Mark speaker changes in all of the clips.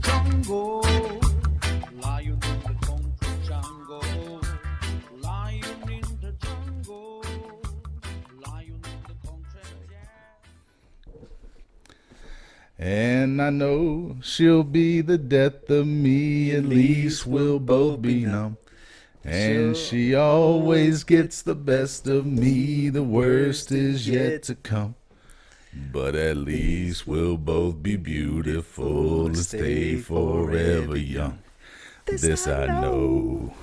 Speaker 1: jungle, lion in the concrete jungle, lion in the jungle, lion in the concrete jungle.
Speaker 2: And I know she'll be the death of me. At least we'll both be numb. And she always gets the best of me. The worst is yet to come. But at least we'll both be beautiful and stay forever young. This I know.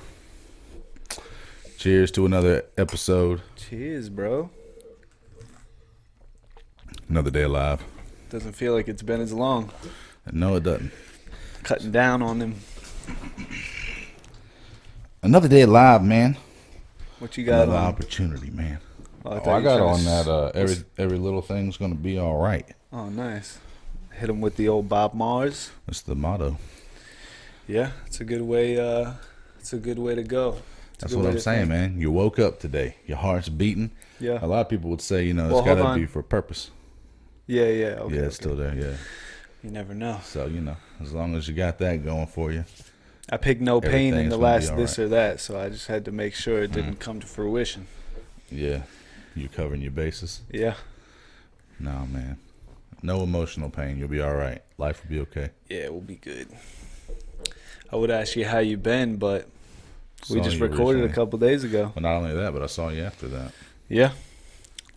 Speaker 2: Cheers to another episode,
Speaker 3: Cheers, bro.
Speaker 2: another day alive.
Speaker 3: Doesn't feel like it's been as long.
Speaker 2: No, it doesn't.
Speaker 3: Cutting down on them.
Speaker 2: Another day alive, man.
Speaker 3: What you got
Speaker 2: Another
Speaker 3: on?
Speaker 2: opportunity, man.
Speaker 3: Oh,
Speaker 2: Oh,
Speaker 3: thought
Speaker 2: I
Speaker 3: you
Speaker 2: got
Speaker 3: tried to
Speaker 2: on
Speaker 3: s-
Speaker 2: that. Uh, every every little thing's gonna be all right.
Speaker 3: Oh, nice. Hit him with the old Bob Mars.
Speaker 2: That's the motto.
Speaker 3: Yeah, it's a good way. Uh, it's a good way to go. It's a
Speaker 2: That's
Speaker 3: good
Speaker 2: what
Speaker 3: way
Speaker 2: I'm
Speaker 3: to
Speaker 2: saying,
Speaker 3: think.
Speaker 2: man. You woke up today. Your heart's beating.
Speaker 3: Yeah.
Speaker 2: A lot of people would say, you know,
Speaker 3: Well,
Speaker 2: it's
Speaker 3: hold
Speaker 2: gotta
Speaker 3: on.
Speaker 2: be for purpose.
Speaker 3: Yeah, yeah. Okay,
Speaker 2: yeah,
Speaker 3: okay.
Speaker 2: it's still there. Yeah.
Speaker 3: You never know.
Speaker 2: So you know, as long as you got that going for you,
Speaker 3: I picked no pain in
Speaker 2: Everything's gonna
Speaker 3: the
Speaker 2: be Mm.
Speaker 3: last
Speaker 2: all
Speaker 3: this
Speaker 2: right.
Speaker 3: or that, so I just had to make sure it didn't come to fruition.
Speaker 2: yeah, you're covering your bases.
Speaker 3: Yeah.
Speaker 2: No, man. No emotional pain. You'll be all right. Life will be okay.
Speaker 3: Yeah, we'll be good. I would ask you how you been, but we
Speaker 2: Saw
Speaker 3: just
Speaker 2: you
Speaker 3: recorded
Speaker 2: recently.
Speaker 3: a couple days ago.
Speaker 2: Well, not only that, but I saw you after that.
Speaker 3: Yeah.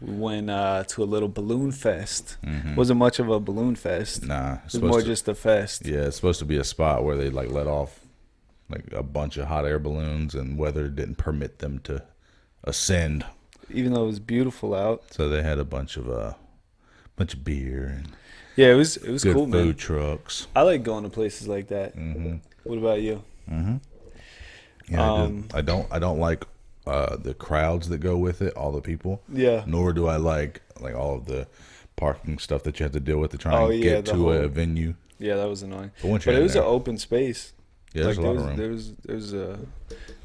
Speaker 3: We went uh, to a little balloon fest.
Speaker 2: Mhm.
Speaker 3: Wasn't much of a balloon fest.
Speaker 2: Nah,
Speaker 3: it
Speaker 2: it's
Speaker 3: was more
Speaker 2: to-
Speaker 3: just a fest.
Speaker 2: Yeah, it's supposed to be a spot where they like let off like a bunch of hot air balloons, and weather didn't permit them to ascend,
Speaker 3: Even though it was beautiful out.
Speaker 2: so they had a bunch of uh, bunch of beer and
Speaker 3: Yeah, it was it was
Speaker 2: good
Speaker 3: cool,
Speaker 2: food Mm-hmm.
Speaker 3: man.
Speaker 2: trucks.
Speaker 3: I like going to places like that. What about you?
Speaker 2: Yeah,
Speaker 3: Um,
Speaker 2: I, do. I don't. I don't like uh, the crowds that go with it. All the people.
Speaker 3: Yeah.
Speaker 2: Nor do I like like all of the parking stuff that you have to deal with to try
Speaker 3: Oh,
Speaker 2: and
Speaker 3: yeah,
Speaker 2: get
Speaker 3: the
Speaker 2: to
Speaker 3: whole-
Speaker 2: a venue.
Speaker 3: Yeah, that was annoying.
Speaker 2: But once
Speaker 3: But
Speaker 2: you're
Speaker 3: it
Speaker 2: in
Speaker 3: was
Speaker 2: there-
Speaker 3: an open space.
Speaker 2: Yeah, there's
Speaker 3: like
Speaker 2: a
Speaker 3: there
Speaker 2: lot
Speaker 3: was,
Speaker 2: of room.
Speaker 3: there was there was uh,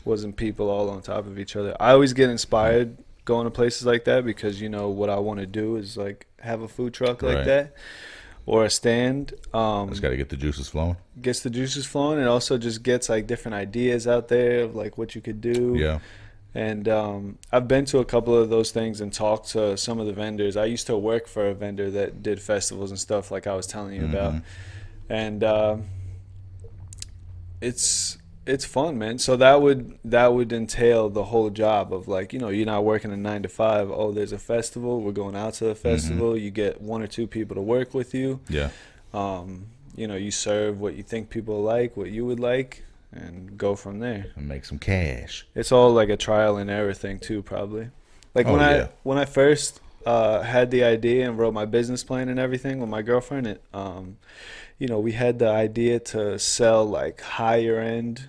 Speaker 3: wasn't people all on top of each other. I always get inspired going to places like that because you know what I want to do is like have a food truck like
Speaker 2: Right.
Speaker 3: that or a stand. Um,
Speaker 2: Just got to get the juices flowing.
Speaker 3: gets the juices flowing and also just gets like different ideas out there of like what you could do.
Speaker 2: Yeah.
Speaker 3: And um, I've been to a couple of those things and talked to some of the vendors. I used to work for a vendor that did festivals and stuff, like I was telling you about. And um it's it's fun, man. So that would that would entail the whole job of like you know you're not working a nine to five. Oh, there's a festival. We're going out to the festival. You get one or two people to work with you.
Speaker 2: Yeah.
Speaker 3: Um, you know, you serve what you think people like, what you would like, and go from there
Speaker 2: And make some cash.
Speaker 3: it's all like a trial and error thing too probably like
Speaker 2: Oh,
Speaker 3: when i
Speaker 2: yeah.
Speaker 3: when i first uh, had the idea and wrote my business plan and everything with my girlfriend it um you know we had the idea to sell like higher end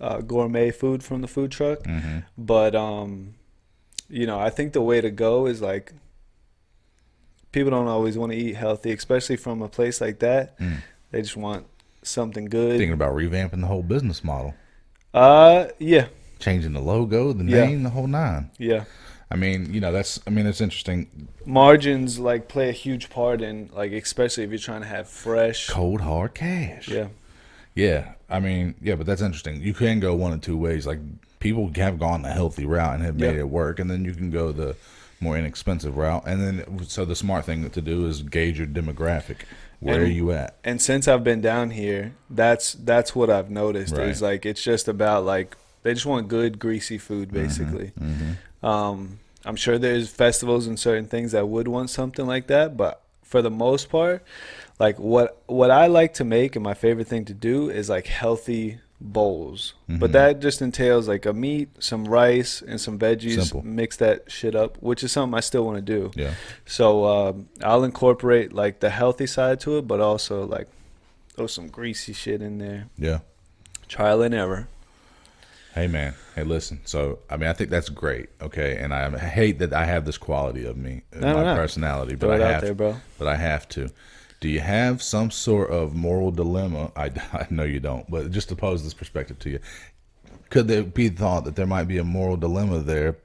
Speaker 3: uh, gourmet food from the food truck
Speaker 2: hmm
Speaker 3: but um you know i think the way to go is like people don't always want to eat healthy especially from a place like that
Speaker 2: Mm.
Speaker 3: they just want something good
Speaker 2: Thinking about revamping the whole business model,
Speaker 3: uh yeah
Speaker 2: changing the logo, the
Speaker 3: Yeah.
Speaker 2: name, the whole nine.
Speaker 3: yeah
Speaker 2: I mean, you know, that's. I mean, it's interesting.
Speaker 3: margins like play a huge part in like especially if you're trying to have fresh
Speaker 2: Cold hard cash.
Speaker 3: yeah
Speaker 2: Yeah, I mean, yeah, but that's interesting. You can go one of two ways. Like people have gone the healthy route and have made
Speaker 3: Yeah.
Speaker 2: it work, and then you can go the more inexpensive route. And then, so the smart thing to do is gauge your demographic. Where are
Speaker 3: And-
Speaker 2: you at?
Speaker 3: and since i've been down here that's that's what i've noticed
Speaker 2: Right.
Speaker 3: is like it's just about like they just want good greasy food
Speaker 2: Mm-hmm.
Speaker 3: basically um i'm sure there's festivals and certain things that would want something like that but for the most part like what what i like to make and my favorite thing to do is like healthy bowls
Speaker 2: Mm-hmm.
Speaker 3: but that just entails like a meat some rice and some veggies
Speaker 2: Simple.
Speaker 3: mix that shit up which is something i still want to do
Speaker 2: Yeah,
Speaker 3: So um, I'll incorporate like the healthy side to it, but also like throw some greasy shit in there.
Speaker 2: yeah.
Speaker 3: Trial and error.
Speaker 2: Hey man, hey listen. So I mean, I think that's great. Okay, and I hate that I have this quality of me,
Speaker 3: No,
Speaker 2: my
Speaker 3: no, no.
Speaker 2: personality, but
Speaker 3: Throw it
Speaker 2: I
Speaker 3: out
Speaker 2: have,
Speaker 3: there, bro.
Speaker 2: but I have to. Do you have some sort of moral dilemma? I, I know you don't, but just to pose this perspective to you, could there be thought that there might be a moral dilemma there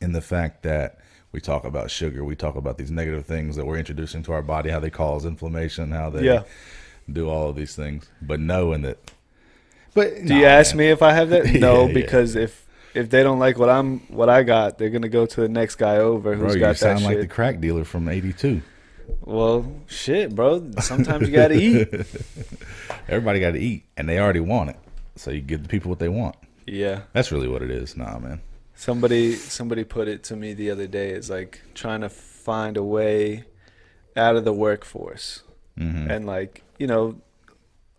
Speaker 2: in the fact that we talk about sugar, we talk about these negative things that we're introducing to our body, how they cause inflammation, how they
Speaker 3: Yeah.
Speaker 2: do all of these things, but knowing that. But
Speaker 3: Do you ask me if I have that? No, because if if they don't like what I'm what I got, they're gonna go to the next guy over
Speaker 2: Bro,
Speaker 3: who's
Speaker 2: you
Speaker 3: got that
Speaker 2: sound like
Speaker 3: shit.
Speaker 2: the crack dealer from '82.
Speaker 3: well, shit, bro. Sometimes you gotta eat.
Speaker 2: Everybody got to eat, and they already want it. So you give the people what they want.
Speaker 3: Yeah.
Speaker 2: That's really what it is. Nah, man.
Speaker 3: Somebody somebody put it to me the other day. It's like trying to find a way out of the workforce,
Speaker 2: Mm-hmm.
Speaker 3: and like you know,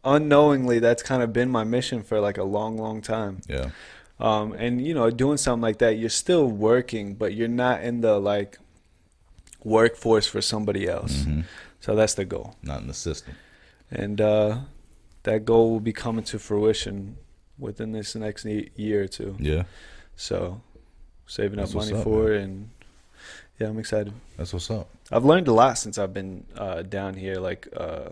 Speaker 3: unknowingly, that's kind of been my mission for like a long, long time.
Speaker 2: Yeah.
Speaker 3: um, and you know doing something like that you're still working but you're not in the like workforce for somebody else
Speaker 2: Mhm.
Speaker 3: so that's the goal
Speaker 2: Not in the system.
Speaker 3: and uh, that goal will be coming to fruition within this next ne- year or two
Speaker 2: Yeah.
Speaker 3: so saving up
Speaker 2: That's what's
Speaker 3: money
Speaker 2: up,
Speaker 3: for it and yeah i'm excited
Speaker 2: That's what's up.
Speaker 3: I've learned a lot since I've been uh, down here. Like, uh,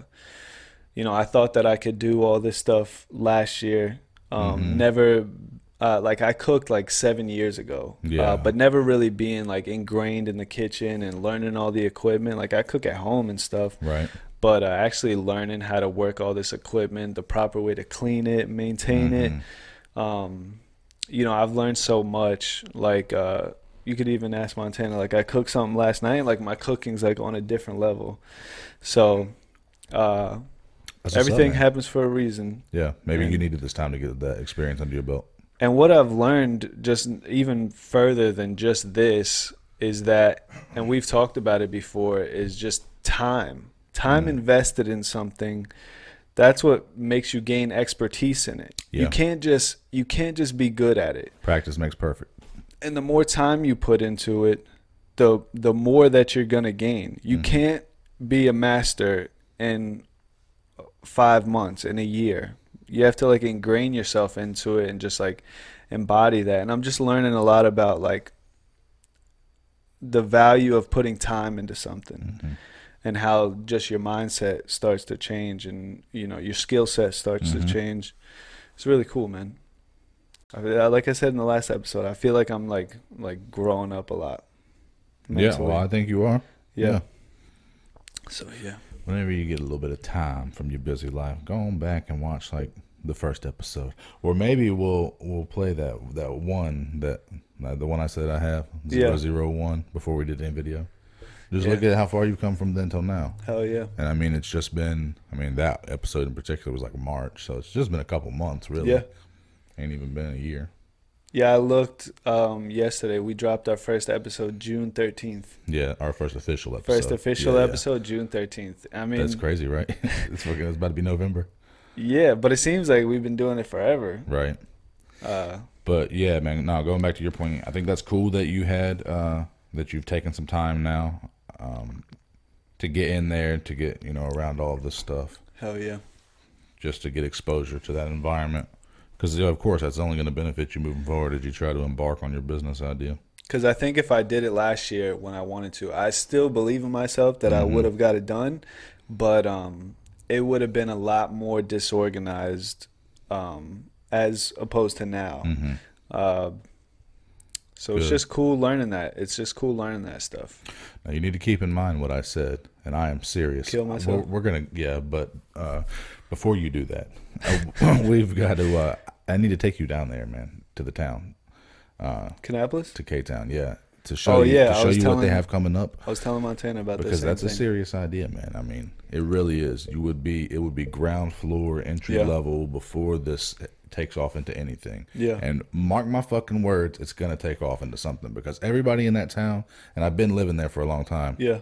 Speaker 3: you know, I thought that I could do all this stuff last year. Um,
Speaker 2: Mhm.
Speaker 3: Never, uh, like, I cooked like seven years ago,
Speaker 2: Yeah.
Speaker 3: uh, but never really being like ingrained in the kitchen and learning all the equipment. Like, I cook at home and stuff,
Speaker 2: Right.
Speaker 3: but uh, actually learning how to work all this equipment, the proper way to clean it, maintain it,
Speaker 2: Mhm.
Speaker 3: um, you know, I've learned so much. Like, uh, you could even ask Montana. Like, I cooked something last night. Like, my cooking's like on a different level. So, uh,
Speaker 2: That's what's up,
Speaker 3: everything
Speaker 2: man.
Speaker 3: happens for a reason.
Speaker 2: yeah. Maybe you
Speaker 3: and-
Speaker 2: needed this time to get that experience under your belt.
Speaker 3: And what I've learned, just even further than just this, is that, and we've talked about it before, is just time. Time
Speaker 2: Mm-hmm.
Speaker 3: invested in something. That's what makes you gain expertise in it.
Speaker 2: Yeah.
Speaker 3: You can't just you can't just be good at it.
Speaker 2: Practice makes perfect.
Speaker 3: and the more time you put into it, the the more that you're gonna gain. You can't be a master in five months in a year. You have to like ingrain yourself into it and just like embody that. And I'm just learning a lot about like the value of putting time into something and how just your mindset starts to change and you know your skill set starts to change. It's really cool, man. I mean, I- like I said in the last episode, I feel like I'm like like growing up a lot.
Speaker 2: Yeah.
Speaker 3: mentally.
Speaker 2: Well, I think you are.
Speaker 3: yeah.
Speaker 2: yeah.
Speaker 3: So yeah.
Speaker 2: whenever you get a little bit of time from your busy life, go on back and watch like the first episode, or maybe we'll we'll play that that one that like the one I said I have
Speaker 3: Yeah.
Speaker 2: zero zero one before we did the video. Just
Speaker 3: Yeah.
Speaker 2: look at how far you've come from then till now,
Speaker 3: Hell yeah.
Speaker 2: and I mean it's just been I mean that episode in particular was like March, so it's just been a couple months really.
Speaker 3: Yeah.
Speaker 2: ain't even been a year.
Speaker 3: Yeah, I looked um yesterday. We dropped our first episode June 13th.
Speaker 2: Yeah, our first official episode.
Speaker 3: First official
Speaker 2: Yeah, yeah.
Speaker 3: episode June 13th. I mean,
Speaker 2: That's crazy, right? it's fucking. It's about to be November,
Speaker 3: yeah, but it seems like we've been doing it forever.
Speaker 2: right?
Speaker 3: Uh
Speaker 2: But yeah, man. No, going back to your point, I think that's cool that you had uh, that you've taken some time now um, to get in there to get you know around all this stuff,
Speaker 3: hell yeah.
Speaker 2: just to get exposure to that environment. Because of course, that's only going to benefit you moving forward as you try to embark on your business idea.
Speaker 3: Cuz I think if I did it last year when I wanted to, I still believe in myself that I
Speaker 2: Mm-hmm.
Speaker 3: would have got it done, but um it would have been a lot more disorganized um as opposed to now. Uh so it's
Speaker 2: Mm-hmm. Good.
Speaker 3: just cool learning that. It's just cool learning that stuff.
Speaker 2: Now you need to keep in mind what I said, and I am serious.
Speaker 3: Kill myself?
Speaker 2: We're, we're gonna, yeah, but uh, before you do that, uh, we've got to. Uh, I need to take you down there, man, to the town,
Speaker 3: Canapolis?
Speaker 2: to K Town, yeah, to show
Speaker 3: Oh,
Speaker 2: you,
Speaker 3: yeah,
Speaker 2: to
Speaker 3: I
Speaker 2: show
Speaker 3: was
Speaker 2: you what they
Speaker 3: telling-
Speaker 2: have coming up.
Speaker 3: I was telling Montana about this
Speaker 2: because
Speaker 3: same
Speaker 2: that's a
Speaker 3: thing.
Speaker 2: serious idea, man. I mean, it really is. You would be it would be ground floor entry
Speaker 3: Yeah.
Speaker 2: level before this takes off into anything.
Speaker 3: Yeah.
Speaker 2: And mark my fucking words, it's gonna take off into something because everybody in that town, and I've been living there for a long time.
Speaker 3: yeah.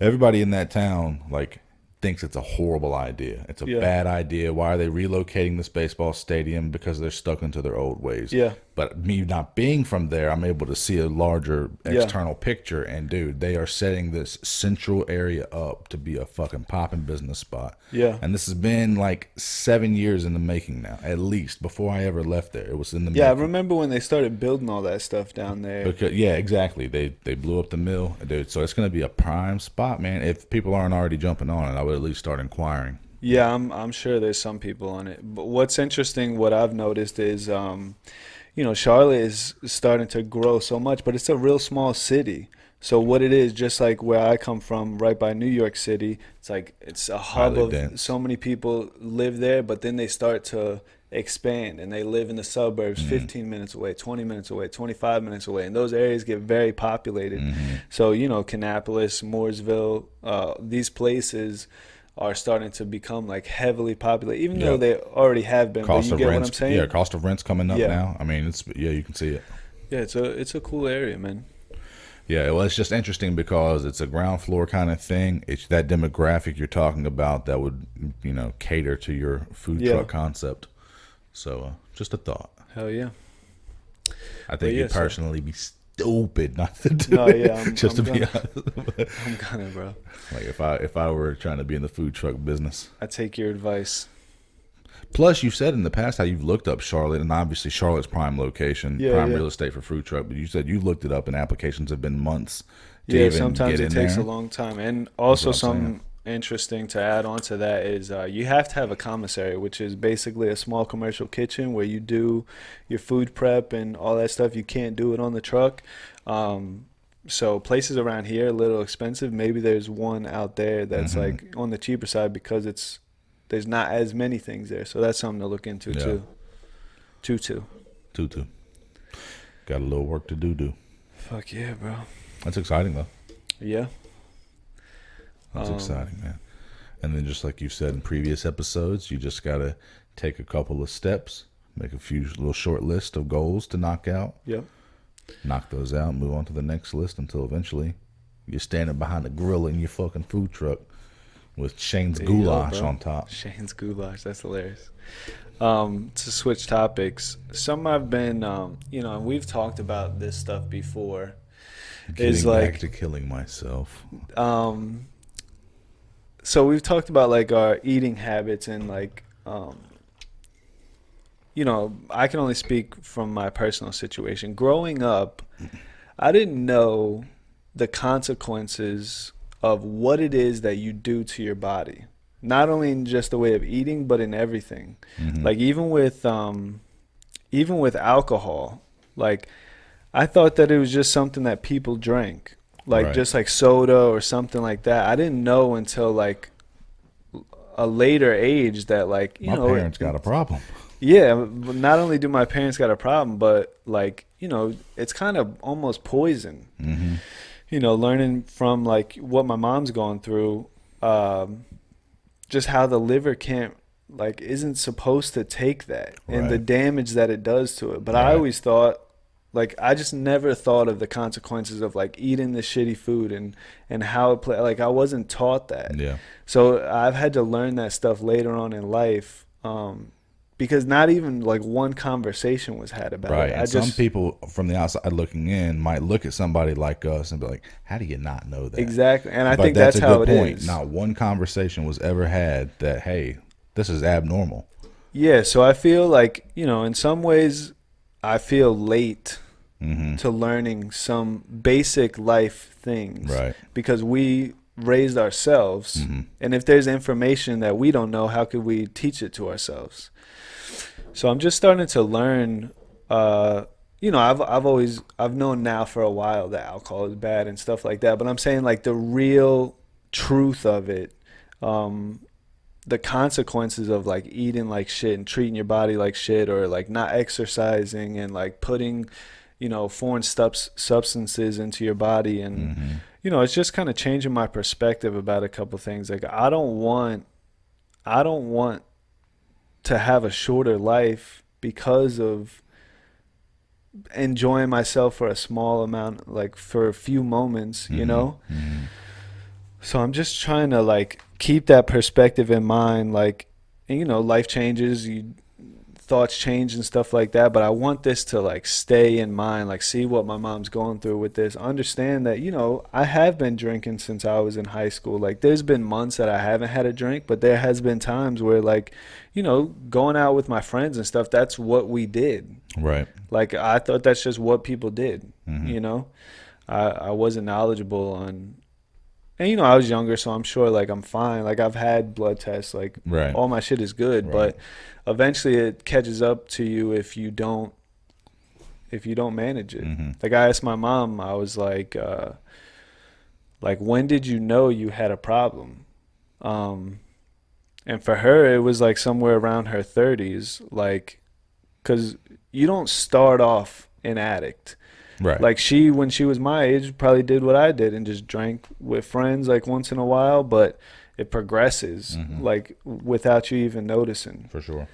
Speaker 2: Everybody in that town like thinks it's a horrible idea. It's a
Speaker 3: Yeah.
Speaker 2: bad idea. Why are they relocating this baseball stadium because they're stuck into their old ways?
Speaker 3: Yeah.
Speaker 2: But me not being from there, I'm able to see a larger
Speaker 3: Yeah.
Speaker 2: external picture. And dude, they are setting this central area up to be a fucking popping business spot.
Speaker 3: Yeah.
Speaker 2: And this has been like seven years in the making now, at least before I ever left there. It was in the
Speaker 3: Yeah, I
Speaker 2: making.
Speaker 3: remember when they started building all that stuff down there.
Speaker 2: Because yeah, exactly. They they blew up the mill, dude. So it's gonna be a prime spot, man. If people aren't already jumping on it, I would at least start inquiring.
Speaker 3: Yeah, I'm I'm sure there's some people on it. But what's interesting, what I've noticed is, um, you know, Charlotte is starting to grow so much, but it's a real small city. So what it is, just like where I come from, right by New York City, it's like it's a hub
Speaker 2: Highly
Speaker 3: of
Speaker 2: dense.
Speaker 3: so many people live there, but then they start to expand and they live in the suburbs
Speaker 2: Mm-hmm.
Speaker 3: 15 minutes away 20 minutes away 25 minutes away and those areas get very populated
Speaker 2: Mm-hmm.
Speaker 3: so you know canapolis mooresville uh, these places are starting to become like heavily populated even though
Speaker 2: Yeah.
Speaker 3: they already have been
Speaker 2: Cost
Speaker 3: but you
Speaker 2: of
Speaker 3: get what
Speaker 2: rent's
Speaker 3: i'm saying
Speaker 2: yeah, cost of rent's coming up
Speaker 3: Yeah.
Speaker 2: now. I mean, it's yeah, you can see it.
Speaker 3: yeah it's a it's a cool area man
Speaker 2: Yeah, well, it's just interesting because it's a ground floor kind of thing. It's that demographic you're talking about that would, you know, cater to your food
Speaker 3: Yeah.
Speaker 2: truck concept. So, uh, just a thought.
Speaker 3: hell yeah
Speaker 2: I think
Speaker 3: yeah,
Speaker 2: you'd
Speaker 3: so-
Speaker 2: personally be stupid not to do
Speaker 3: No,
Speaker 2: it.
Speaker 3: yeah, I'm-
Speaker 2: just
Speaker 3: I'm
Speaker 2: to be
Speaker 3: gonna-
Speaker 2: honest,
Speaker 3: i'm gonna bro
Speaker 2: like if I if I were trying to be in the food truck business.
Speaker 3: i take your advice
Speaker 2: Plus, you've said in the past how you've looked up Charlotte, and obviously Charlotte's prime location,
Speaker 3: Yeah,
Speaker 2: prime
Speaker 3: yeah.
Speaker 2: real estate for food truck. But you said you looked it up, and applications have been months. To
Speaker 3: yeah,
Speaker 2: even
Speaker 3: sometimes
Speaker 2: get
Speaker 3: it
Speaker 2: in
Speaker 3: takes
Speaker 2: there.
Speaker 3: a long time. And also,
Speaker 2: That's what I'm saying.
Speaker 3: something interesting to add on to that is uh, you have to have a commissary, which is basically a small commercial kitchen where you do your food prep and all that stuff. You can't do it on the truck. Um, so places around here are a little expensive. Maybe there's one out there that's
Speaker 2: Mm-hmm.
Speaker 3: like on the cheaper side because it's there's not as many things there. So that's something to look into
Speaker 2: Yeah.
Speaker 3: too. Too too.
Speaker 2: Tutu. Got a little work to do. Do
Speaker 3: Fuck yeah, bro.
Speaker 2: that's exciting though.
Speaker 3: Yeah.
Speaker 2: That's
Speaker 3: Um,
Speaker 2: exciting, man. And then, just like you said in previous episodes, you just gotta take a couple of steps, make a few little short list of goals to knock out,
Speaker 3: Yep.
Speaker 2: knock those out, move on to the next list until eventually you're standing behind a grill in your fucking food truck with Shane's
Speaker 3: There you go,
Speaker 2: goulash
Speaker 3: bro.
Speaker 2: on top.
Speaker 3: Shane's goulash. That's hilarious. Um, to switch topics, some I've been, um, you know, and we've talked about this stuff before. Is
Speaker 2: Getting
Speaker 3: like
Speaker 2: back to killing myself.
Speaker 3: um so we've talked about like our eating habits and like um you know i can only speak from my personal situation growing up i didn't know the consequences of what it is that you do to your body not only in just the way of eating but in everything like even with um even with alcohol like i thought that it was just something that people drank like
Speaker 2: Right.
Speaker 3: just like soda or something like that i didn't know until like a later age that like you
Speaker 2: My
Speaker 3: know
Speaker 2: parents got a problem.
Speaker 3: yeah but not only do my parents got a problem but like you know it's kind of almost poison
Speaker 2: hmm
Speaker 3: you know, learning from like what my mom's going through, um, just how the liver can't like isn't supposed to take that and the
Speaker 2: Right.
Speaker 3: damage that it does to it. But I
Speaker 2: Right.
Speaker 3: always thought like I just never thought of the consequences of like eating the shitty food and and how it play like I wasn't taught that.
Speaker 2: Yeah.
Speaker 3: So I've had to learn that stuff later on in life. Um because not even like one conversation was had about
Speaker 2: Right.
Speaker 3: it.
Speaker 2: And
Speaker 3: I
Speaker 2: some
Speaker 3: just
Speaker 2: people from the outside looking in might look at somebody like us and be like, how do you not know that?
Speaker 3: exactly and I
Speaker 2: but
Speaker 3: think
Speaker 2: that's,
Speaker 3: that's,
Speaker 2: a
Speaker 3: how
Speaker 2: good
Speaker 3: it is.
Speaker 2: point. Not one conversation was ever had that, hey, this is abnormal.
Speaker 3: Yeah, so I feel like, you know, in some ways, I feel late
Speaker 2: Mm-hmm.
Speaker 3: to learning some basic life things.
Speaker 2: Right. Mm-hmm.
Speaker 3: Because we raised ourselves. And if there's information that we don't know, how could we teach it to ourselves? So I'm just starting to learn. Uh, you know, I've I've always I've known now for a while that alcohol is bad and stuff like that. But I'm saying like the real truth of it, um, the consequences of like eating like shit and treating your body like shit, or like not exercising and like putting, you know, foreign stuffs substances into your body, and you know, it's just kind of changing my perspective about a couple things. Like I don't want, I don't want to have a shorter life because of enjoying myself for a small amount like for a few moments you know so i'm just trying to like keep that perspective in mind like and, you know life changes you thoughts change and stuff like that but i want this to like stay in mind like see what my mom's going through with this understand that you know i have been drinking since i was in high school like there's been months that i haven't had a drink but there has been times where like you know going out with my friends and stuff that's what we did
Speaker 2: Right.
Speaker 3: like I thought that's just what people did.
Speaker 2: Mm-hmm.
Speaker 3: You know, I I wasn't knowledgeable on, and you know I was younger, so I'm sure like I'm fine. Like I've had blood tests, like
Speaker 2: Right.
Speaker 3: all my shit is good,
Speaker 2: Right.
Speaker 3: but eventually it catches up to you if you
Speaker 2: Mm-hmm.
Speaker 3: don't if you don't manage it. Like I asked my mom, I was like. uh like when did you know you had a problem um and for her it was like somewhere around her 30s like cuz you don't start off an addict
Speaker 2: Right.
Speaker 3: like she when she was my age probably did what I did and just drank with friends like once in a while but it progresses like without you even noticing
Speaker 2: for sure.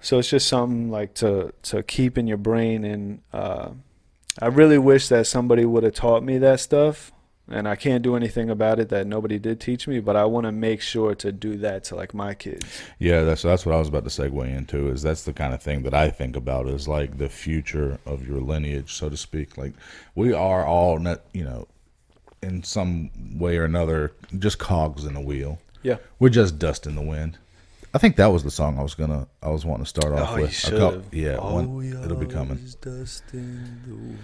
Speaker 3: so it's just something like to to keep in your brain and uh i really wish that somebody would have taught me that stuff and i can't do anything about it that nobody did teach me but i want to make sure to do that to like my kids
Speaker 2: Yeah, that's that's what I was about to segue into. Is that's the kind of thing that I think about is like the future of your lineage, so to speak. Like we are all, net, you know, in some way or another, just cogs in the wheel.
Speaker 3: yeah
Speaker 2: We're just dust in the wind. I think that was the song I was gonna, I was wanting to start off
Speaker 3: oh
Speaker 2: with.
Speaker 3: you
Speaker 2: A
Speaker 3: should
Speaker 2: cou-
Speaker 3: have Oh,
Speaker 2: yeah, one, it'll be coming
Speaker 3: coming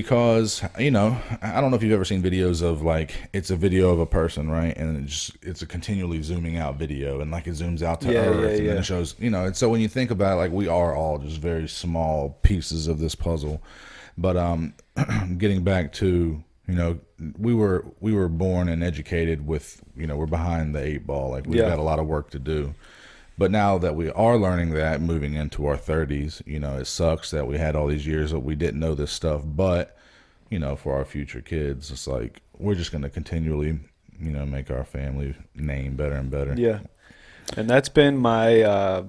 Speaker 2: because you know i don't know if you've ever seen videos of like it's a video of a person right and it's just it's a continually zooming out video and like it zooms out to
Speaker 3: Yeah,
Speaker 2: earth
Speaker 3: yeah,
Speaker 2: and then
Speaker 3: yeah.
Speaker 2: it shows you know and so when you think about it like we are all just very small pieces of this puzzle but um getting back to you know we were we were born and educated with you know we're behind the eight ball like we've
Speaker 3: Yeah.
Speaker 2: got a lot of work to do but now that we are learning that moving into our 30s, you know, it sucks that we had all these years that we didn't know this stuff. But, you know, for our future kids, it's like we're just going to continually, you know, make our family name better and better.
Speaker 3: Yeah, and that's been my uh,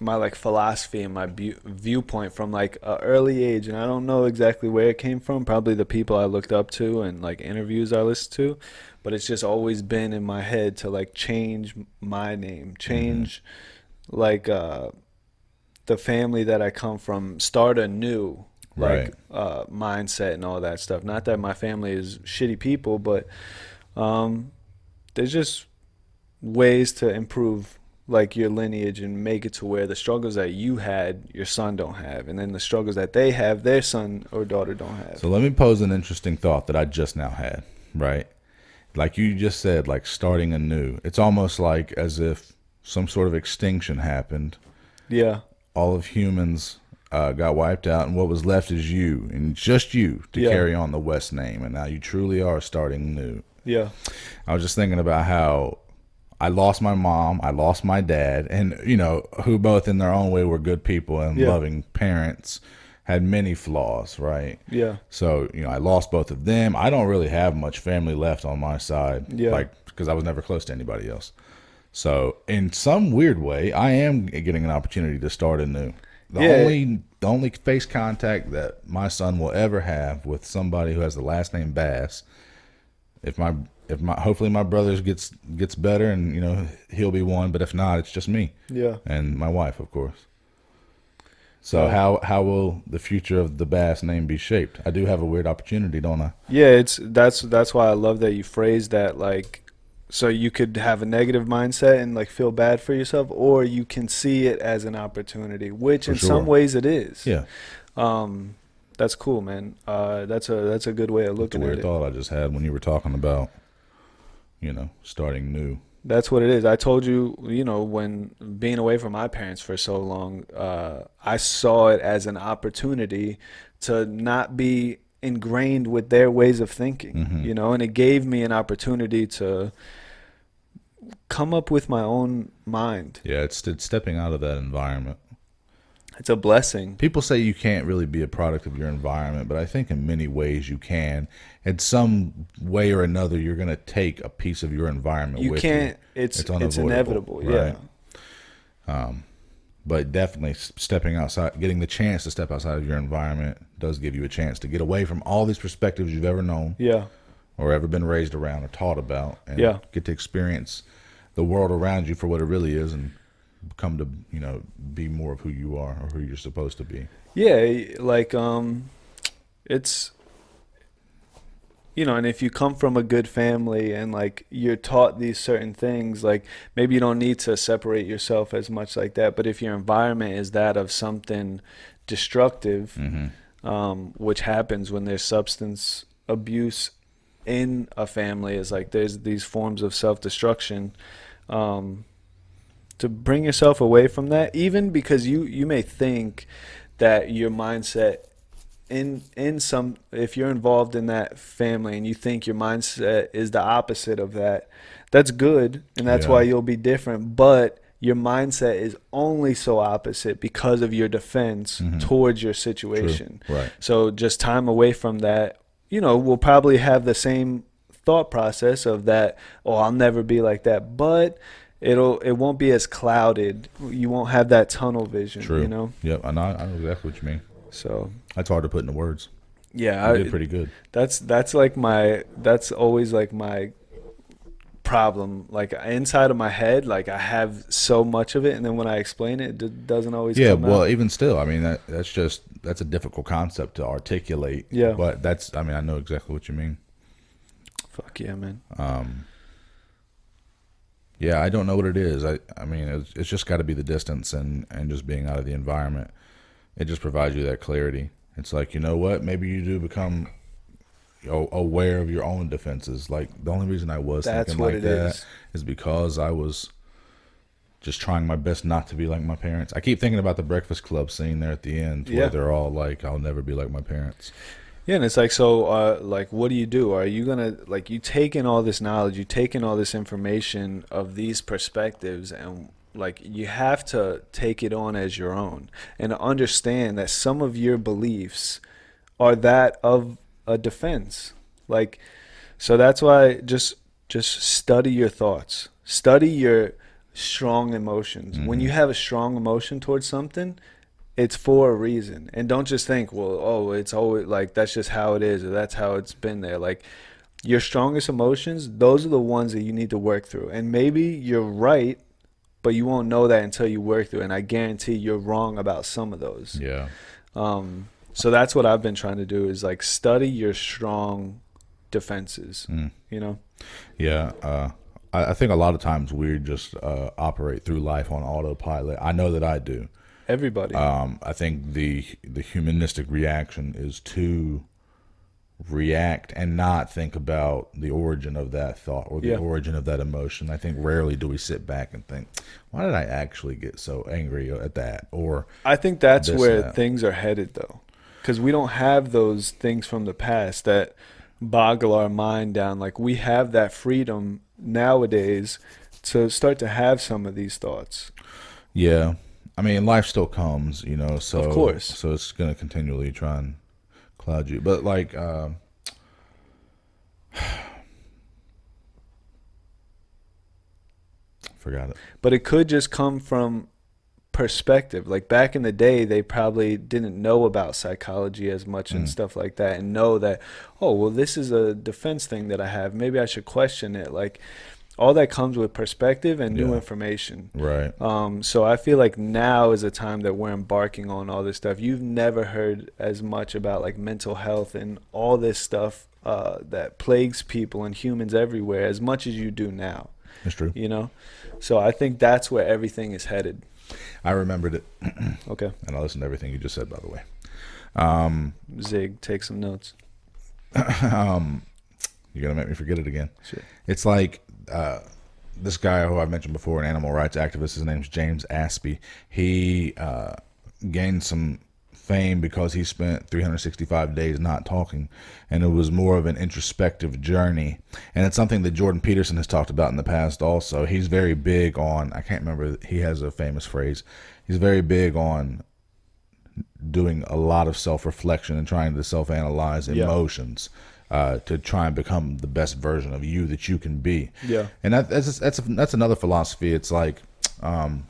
Speaker 3: my like philosophy and my bu- viewpoint from like a early age, and I don't know exactly where it came from. Probably the people I looked up to and like interviews I listened to, but it's just always been in my head to like change my name, change like uh, the family that I come from, start anew.
Speaker 2: Right.
Speaker 3: Like, uh, mindset and all that stuff. Not that my family is shitty people, but um, there's just ways to improve like your lineage and make it to where the struggles that you had your son don't have and then the struggles that they have their son or daughter don't have
Speaker 2: So let me pose an interesting thought that I just now had, right? Like you just said, like starting anew. It's almost like as if some sort of extinction happened
Speaker 3: yeah
Speaker 2: all of humans uh, got wiped out, and what was left is you and just you to
Speaker 3: Yeah.
Speaker 2: carry on the West name. And now you truly are starting new.
Speaker 3: yeah
Speaker 2: I was just thinking about how I lost my mom, I lost my dad, and you know, who both in their own way were good people and
Speaker 3: Yeah.
Speaker 2: loving parents, had many flaws, right?
Speaker 3: yeah
Speaker 2: So, you know, I lost both of them. I don't really have much family left on my side.
Speaker 3: Yeah.
Speaker 2: Like, because I was never close to anybody else. So, in some weird way, I am getting an opportunity to start anew. The
Speaker 3: Yeah.
Speaker 2: only the only face contact that my son will ever have with somebody who has the last name Bass, if my if my hopefully my brother gets gets better and you know he'll be one, but if not, it's just me
Speaker 3: yeah
Speaker 2: and my wife, of course. So how how will the future of the Bass name be shaped? I do have a weird opportunity, don't I?
Speaker 3: yeah it's that's that's why i love that you phrased that like so you could have a negative mindset and like feel bad for yourself or you can see it as an opportunity which
Speaker 2: For
Speaker 3: in
Speaker 2: sure.
Speaker 3: some ways it is
Speaker 2: Yeah,
Speaker 3: um that's cool man uh that's a that's a good way of
Speaker 2: it's a
Speaker 3: looking at
Speaker 2: weird
Speaker 3: it
Speaker 2: thought I just had when you were talking about, you know, starting new.
Speaker 3: That's what it is. I told you, you know, when being away from my parents for so long, uh, I saw it as an opportunity to not be ingrained with their ways of thinking,
Speaker 2: Mm-hmm.
Speaker 3: you know, and it gave me an opportunity to come up with my own mind.
Speaker 2: Yeah, it's, it's stepping out of that environment.
Speaker 3: It's a blessing.
Speaker 2: People say you can't really be a product of your environment, but I think in many ways you can. In some way or another, you're going to take a piece of your environment
Speaker 3: You
Speaker 2: with
Speaker 3: can't.
Speaker 2: you.
Speaker 3: It's
Speaker 2: It's
Speaker 3: it's,
Speaker 2: unavoidable,
Speaker 3: inevitable.
Speaker 2: right.
Speaker 3: Yeah.
Speaker 2: but definitely s- stepping outside, getting the chance to step outside of your environment does give you a chance to get away from all these perspectives you've ever known
Speaker 3: Yeah.
Speaker 2: or ever been raised around or taught about, and
Speaker 3: Yeah.
Speaker 2: get to experience the world around you for what it really is, and come to you know be more of who you are or who you're supposed to be.
Speaker 3: Yeah, like um it's you know, and if you come from a good family and like you're taught these certain things, like maybe you don't need to separate yourself as much like that, but if your environment is that of something destructive, um, which happens when there's substance abuse in a family, is like there's these forms of self-destruction. Um, to bring yourself away from that even because you you may think that your mindset in in some if you're involved in that family and you think your mindset is the opposite of that, that's good and that's
Speaker 2: Yeah.
Speaker 3: why you'll be different, but your mindset is only so opposite because of your defense towards your situation.
Speaker 2: Right.
Speaker 3: So just time away from that, you know, we'll probably have the same thought process of that, oh, I'll never be like that, but it'll it won't be as clouded. You won't have that tunnel vision,
Speaker 2: True.
Speaker 3: you know.
Speaker 2: Yep. I know. I know exactly what you mean.
Speaker 3: So,
Speaker 2: That's hard to put into words.
Speaker 3: yeah,
Speaker 2: You
Speaker 3: I,
Speaker 2: did pretty good.
Speaker 3: that's that's like my that's always like my problem like inside of my head like i have so much of it and then when i explain it it d- doesn't always
Speaker 2: Yeah.
Speaker 3: come
Speaker 2: Well,
Speaker 3: out.
Speaker 2: even still, I mean, that, that's just that's a difficult concept to articulate.
Speaker 3: Yeah.
Speaker 2: But that's. I mean, I know exactly what you mean.
Speaker 3: fuck yeah man
Speaker 2: Um. Yeah, I don't know what it is. I. I mean, it's, it's just got to be the distance and and just being out of the environment. It just provides you that clarity. It's like you know what? Maybe you do become. you know, Aware of your own defenses, like the only reason I was
Speaker 3: That's
Speaker 2: thinking
Speaker 3: what
Speaker 2: like
Speaker 3: it
Speaker 2: that
Speaker 3: is.
Speaker 2: is because I was just trying my best not to be like my parents. I keep thinking about the Breakfast Club scene there at the end, where
Speaker 3: Yeah.
Speaker 2: they're all like, "I'll never be like my parents."
Speaker 3: yeah and it's like so uh like what do you do are you gonna like you take in all this knowledge you take in all this information of these perspectives and like you have to take it on as your own and understand that some of your beliefs are that of a defense like So that's why just just study your thoughts. Study your strong emotions. When you have a strong emotion towards something, it's for a reason. And don't just think, well, oh, it's always like that's just how it is or that's how it's been there. Like your strongest emotions, those are the ones that you need to work through. And maybe you're right, but you won't know that until you work through it. And I guarantee you're wrong about some of those.
Speaker 2: Yeah,
Speaker 3: Um, so that's what I've been trying to do is like study your strong defenses. You know,
Speaker 2: yeah. Uh, I, I think a lot of times we just uh, operate through life on autopilot. I know that I do.
Speaker 3: everybody.
Speaker 2: Um, I think the the humanistic reaction is to react and not think about the origin of that thought or the
Speaker 3: Yeah.
Speaker 2: origin of that emotion. I think rarely do we sit back and think, "Why did I actually get so angry at that?" Or
Speaker 3: I think that's
Speaker 2: this,
Speaker 3: where
Speaker 2: that.
Speaker 3: things are headed though, because we don't have those things from the past that boggle our mind down. Like we have that freedom nowadays to start to have some of these thoughts.
Speaker 2: Yeah, I mean, life still comes, you know. So
Speaker 3: Of course.
Speaker 2: so it's gonna continually try and cloud you. But like, um forgot it.
Speaker 3: but it could just come from perspective like back in the day they probably didn't know about psychology as much
Speaker 2: Mm.
Speaker 3: and stuff like that and know that oh well this is a defense thing that i have maybe i should question it like all that comes with perspective and new
Speaker 2: Yeah.
Speaker 3: information
Speaker 2: Right.
Speaker 3: um, so I feel like now is a time that we're embarking on all this stuff. You've never heard as much about like mental health and all this stuff uh, that plagues people and humans everywhere as much as you do now.
Speaker 2: It's true.
Speaker 3: You know, so I think that's where everything is headed.
Speaker 2: I remembered it,
Speaker 3: Okay,
Speaker 2: and I listened to everything you just said. By the way,
Speaker 3: Zig, take some notes.
Speaker 2: you're gonna make me forget it again.
Speaker 3: Shit.
Speaker 2: It's like uh, this guy who I mentioned before, an animal rights activist. His name's James Aspie. He uh, gained some fame because he spent 365 days not talking, and it was more of an introspective journey. And it's something that Jordan Peterson has talked about in the past. Also, he's very big on. I can't remember. He has a famous phrase. He's very big on doing a lot of self reflection and trying to self analyze emotions uh, to try and become the best version of you that you can be.
Speaker 3: Yeah.
Speaker 2: and that, that's just, that's that's another philosophy. It's like um,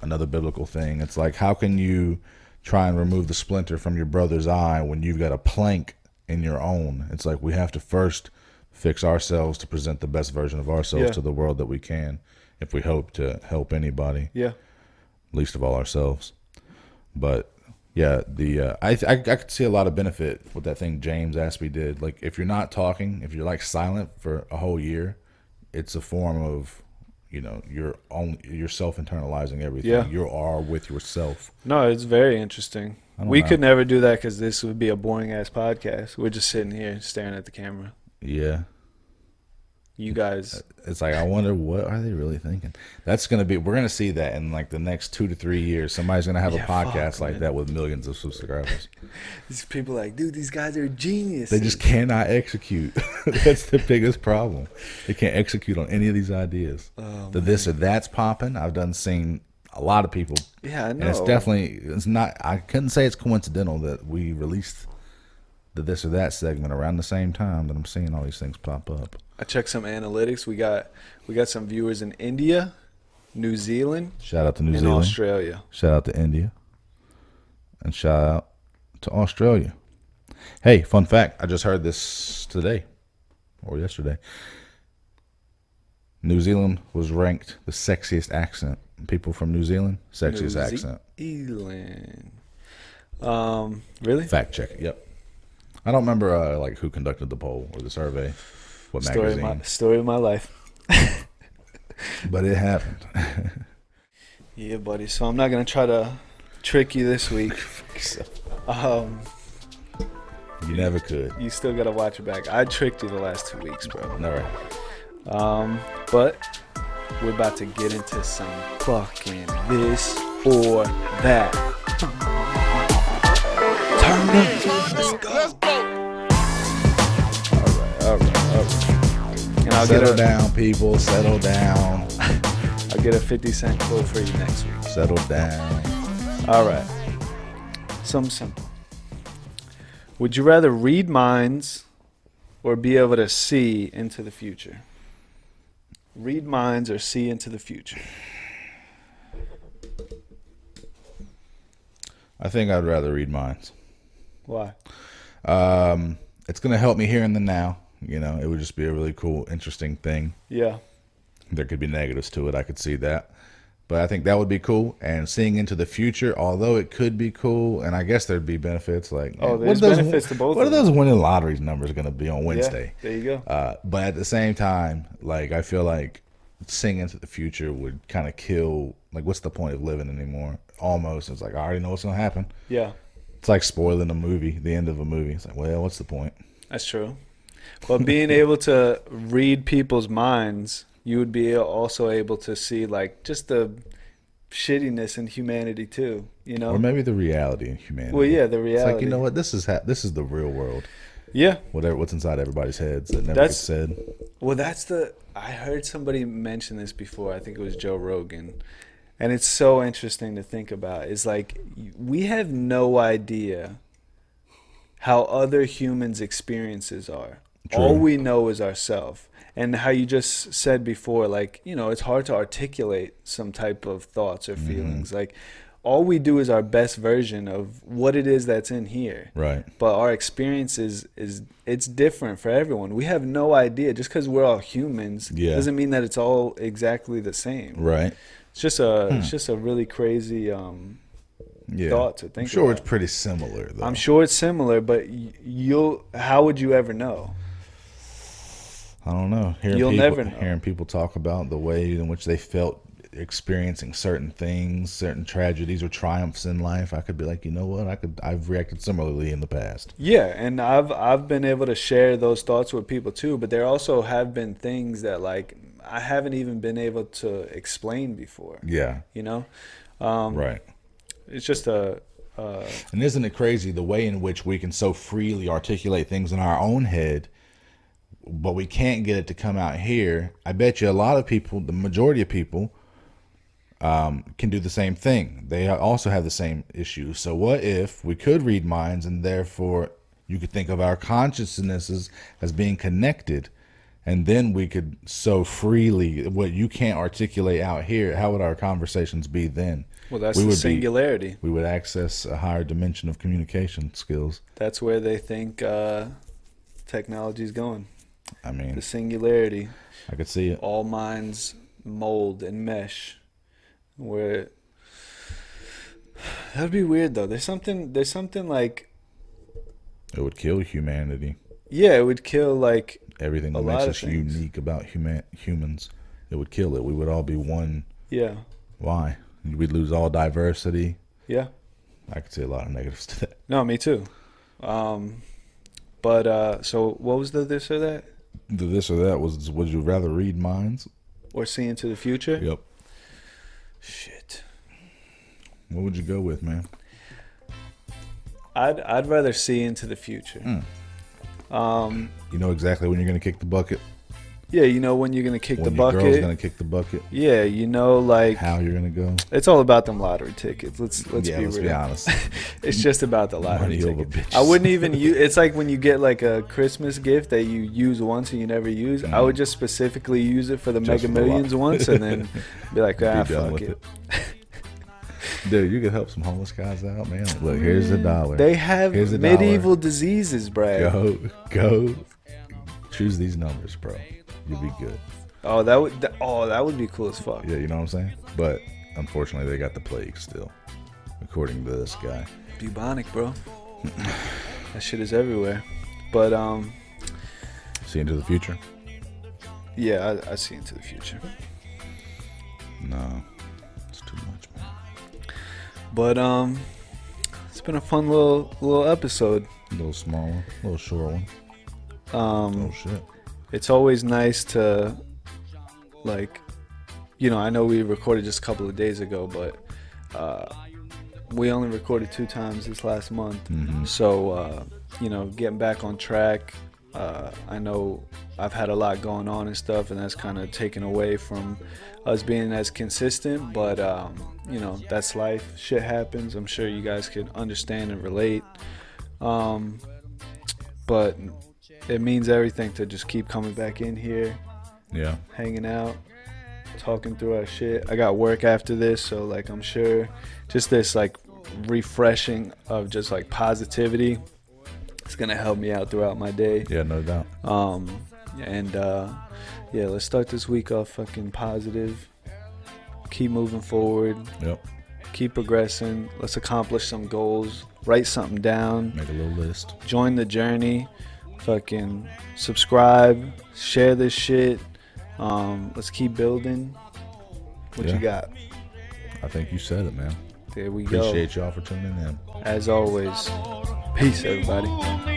Speaker 2: another biblical thing. It's like how can you try and remove the splinter from your brother's eye when you've got a plank in your own? It's like we have to first fix ourselves to present the best version of ourselves
Speaker 3: Yeah.
Speaker 2: to the world that we can if we hope to help anybody
Speaker 3: Yeah,
Speaker 2: least of all ourselves. But yeah, the uh, I, I I could see a lot of benefit with that thing James Aspie did. Like if you're not talking, if you're like silent for a whole year, it's a form of you know you're only you're self internalizing everything.
Speaker 3: Yeah.
Speaker 2: You are with yourself.
Speaker 3: no, it's very interesting.
Speaker 2: I don't
Speaker 3: We
Speaker 2: know.
Speaker 3: could never do that because this would be a boring ass podcast. We're just sitting here staring at the camera.
Speaker 2: Yeah.
Speaker 3: you guys.
Speaker 2: It's like I wonder what are they really thinking. That's gonna be we're gonna see that in like the next two to three years. Somebody's gonna have
Speaker 3: Yeah,
Speaker 2: a podcast
Speaker 3: fuck,
Speaker 2: like
Speaker 3: man.
Speaker 2: that with millions of subscribers.
Speaker 3: These people are like, dude, these guys are genius.
Speaker 2: they just cannot execute. That's the biggest problem. They can't execute on any of these ideas. the this or that's popping. I've done seen a lot of people.
Speaker 3: Yeah, I
Speaker 2: And it's
Speaker 3: know.
Speaker 2: definitely it's not. I couldn't say it's coincidental that we released the this or that segment around the same time that I'm seeing all these things pop up.
Speaker 3: I checked some analytics. We got we got some viewers in India, New Zealand,
Speaker 2: Shout out to New
Speaker 3: and
Speaker 2: Zealand.
Speaker 3: Australia.
Speaker 2: Shout out to India. And shout out to Australia. Hey, fun fact I just heard this today or yesterday. New Zealand was ranked the sexiest accent. People from New Zealand,
Speaker 3: New
Speaker 2: sexiest accent.
Speaker 3: Zealand. Um, really?
Speaker 2: Fact check. it. Yep. I don't remember uh, like who conducted the poll or the survey, what
Speaker 3: Story of
Speaker 2: magazine,
Speaker 3: my story of my life.
Speaker 2: but it happened.
Speaker 3: Yeah, buddy. So I'm not gonna try to trick you this week. um,
Speaker 2: you never could.
Speaker 3: you still gotta watch it back. I tricked you the last two weeks, bro.
Speaker 2: All right.
Speaker 3: Um, but we're about to get into some fucking this or that. Turn up. All right, all right, all right. And I'll get
Speaker 2: Settle
Speaker 3: a,
Speaker 2: down, people. Settle down.
Speaker 3: I'll get a 50 cent quote for you next week.
Speaker 2: Settle down.
Speaker 3: All right. Some simple. Would you rather read minds or be able to see into the future? Read minds or see into the future?
Speaker 2: I think I'd rather read minds.
Speaker 3: Why?
Speaker 2: Um, it's gonna help me here in the now. You know, it would just be a really cool, interesting thing.
Speaker 3: Yeah.
Speaker 2: There could be negatives to it. I could see that, but I think that would be cool. And seeing into the future, although it could be cool, and I guess there'd be benefits. Like,
Speaker 3: Oh,
Speaker 2: man,
Speaker 3: there's
Speaker 2: what are
Speaker 3: benefits to both
Speaker 2: What are
Speaker 3: of them.
Speaker 2: those winning lotteries numbers gonna be on Wednesday?
Speaker 3: Yeah, there you go.
Speaker 2: Uh, but at the same time, like I feel like seeing into the future would kind of kill. Like, what's the point of living anymore? Almost, it's like I already know what's gonna happen.
Speaker 3: Yeah,
Speaker 2: It's like spoiling a movie, the end of a movie. It's like, well, what's the point?
Speaker 3: that's true. But being able to read people's minds, you would be also able to see like just the shittiness in humanity too. You know?
Speaker 2: or maybe the reality in humanity.
Speaker 3: Oh. Well, yeah, the
Speaker 2: It's
Speaker 3: reality.
Speaker 2: like you know what this is. Ha- this is the real world.
Speaker 3: Yeah.
Speaker 2: Whatever, what's inside everybody's heads that never
Speaker 3: That's-
Speaker 2: gets said.
Speaker 3: Well, that's the. I heard somebody mention this before. I think it was Joe Rogan. And it's so interesting to think about. It's like y- we have no idea how other humans' experiences are. All
Speaker 2: True.
Speaker 3: we know is ourself. And how you just said before, like, you know, it's hard to articulate some type of thoughts
Speaker 2: Mm-hmm.
Speaker 3: or feelings. Like, all we do is our best version of what it is that's in here
Speaker 2: Right.
Speaker 3: but our experience is is it's different for everyone. We have no idea just because we're all humans
Speaker 2: Yeah.
Speaker 3: doesn't mean that it's all exactly the same.
Speaker 2: Right.
Speaker 3: It's just a it's just a really crazy. Um,
Speaker 2: Yeah.
Speaker 3: Thought to think
Speaker 2: I'm sure
Speaker 3: about.
Speaker 2: it's pretty similar. Though.
Speaker 3: I'm sure it's similar, but y- you'll how would you ever know?
Speaker 2: I don't know. Hearing
Speaker 3: You'll
Speaker 2: people,
Speaker 3: never know.
Speaker 2: Hearing people talk about the way in which they felt experiencing certain things, certain tragedies or triumphs in life, I could be like, you know what? I could. I've reacted similarly in the past.
Speaker 3: Yeah, and I've I've been able to share those thoughts with people too, but there also have been things that like I haven't even been able to explain before.
Speaker 2: Yeah.
Speaker 3: You know, um,
Speaker 2: Right.
Speaker 3: it's just a. Uh,
Speaker 2: And isn't it crazy the way in which we can so freely articulate things in our own head, but we can't get it to come out here? I bet you a lot of people, the majority of people, um, can do the same thing. They also have the same issues. So, what if we could read minds and therefore you could think of our consciousnesses as being connected? And then we could so freely what you can't articulate out here. How would our conversations be then?
Speaker 3: well, that's
Speaker 2: We
Speaker 3: the
Speaker 2: would be-
Speaker 3: singularity.
Speaker 2: we would access a higher dimension of communication skills.
Speaker 3: That's where they think uh, technology is going.
Speaker 2: I
Speaker 3: The
Speaker 2: mean,
Speaker 3: singularity,
Speaker 2: I could see it.
Speaker 3: all minds mold and mesh. Where that'd be weird though. There's something. There's something like
Speaker 2: It would kill humanity.
Speaker 3: yeah, it would kill like
Speaker 2: Everything
Speaker 3: A
Speaker 2: that
Speaker 3: lot
Speaker 2: makes
Speaker 3: of
Speaker 2: us
Speaker 3: things.
Speaker 2: unique about human humans, it would kill it. We would all be one.
Speaker 3: yeah,
Speaker 2: Why? We'd lose all diversity.
Speaker 3: yeah.
Speaker 2: I could see a lot of negatives to that.
Speaker 3: No, me too. Um, but uh, so what was the this or that?
Speaker 2: The this or that was would you rather read minds?
Speaker 3: Or see into the future?
Speaker 2: Yep.
Speaker 3: Shit.
Speaker 2: What would you go with, man?
Speaker 3: I'd I'd rather see into the future. Um,
Speaker 2: Hmm. You know exactly when you're gonna kick the bucket.
Speaker 3: yeah, you know when you're gonna kick
Speaker 2: When
Speaker 3: the
Speaker 2: your girl's
Speaker 3: bucket.
Speaker 2: gonna kick the bucket.
Speaker 3: Yeah, you know like
Speaker 2: How you're gonna go?
Speaker 3: it's all about them lottery tickets. Let's let's
Speaker 2: yeah,
Speaker 3: be
Speaker 2: let's
Speaker 3: real.
Speaker 2: be honest.
Speaker 3: It's just about the lottery
Speaker 2: Money over
Speaker 3: ticket.
Speaker 2: bitches.
Speaker 3: I wouldn't even use. It's like when you get like a Christmas gift that you use once and you never use. I would just specifically use it for the
Speaker 2: Mm. Just
Speaker 3: Mega
Speaker 2: for the lot-
Speaker 3: Millions once and then be like, ah,
Speaker 2: be done
Speaker 3: fuck
Speaker 2: with
Speaker 3: it.
Speaker 2: it. Dude, you could help some homeless guys out, man. Look, here's a dollar.
Speaker 3: They have
Speaker 2: Here's a
Speaker 3: medieval diseases, Brad.
Speaker 2: Go, go, choose these numbers, bro. You'll be good.
Speaker 3: Oh, that would. That, oh, that would be cool as fuck.
Speaker 2: Yeah, you know what I'm saying? But unfortunately, they got the plague still, according to this guy.
Speaker 3: Bubonic, bro. that shit is everywhere. But um,
Speaker 2: See into the future?
Speaker 3: yeah, I, I see into the future.
Speaker 2: No, it's too much, man.
Speaker 3: But um, it's been a fun little little episode.
Speaker 2: A little small one, a little short one.
Speaker 3: Um,
Speaker 2: Oh shit.
Speaker 3: it's always nice to like you know i know we recorded just a couple of days ago but uh, we only recorded two times this last month
Speaker 2: Mm-hmm.
Speaker 3: so uh, you know getting back on track uh, i know i've had a lot going on and stuff and that's kind of taken away from us being as consistent but um, you know that's life shit happens i'm sure you guys can understand and relate um, but it means everything to just keep coming back in here,
Speaker 2: Yeah.
Speaker 3: hanging out, talking through our shit. I got work after this, so like I'm sure just this like refreshing of just like positivity it's gonna help me out throughout my day.
Speaker 2: Yeah, no doubt.
Speaker 3: Um and uh yeah, let's start this week off fucking positive. Keep moving forward,
Speaker 2: Yep.
Speaker 3: keep progressing, let's accomplish some goals, write something down
Speaker 2: Make a little list.
Speaker 3: join the journey fucking subscribe share this shit um let's keep building what
Speaker 2: Yeah.
Speaker 3: you got
Speaker 2: I think you said it, man.
Speaker 3: there we
Speaker 2: Appreciate y'all for tuning in.
Speaker 3: go as always peace everybody
Speaker 1: Ooh, Oh,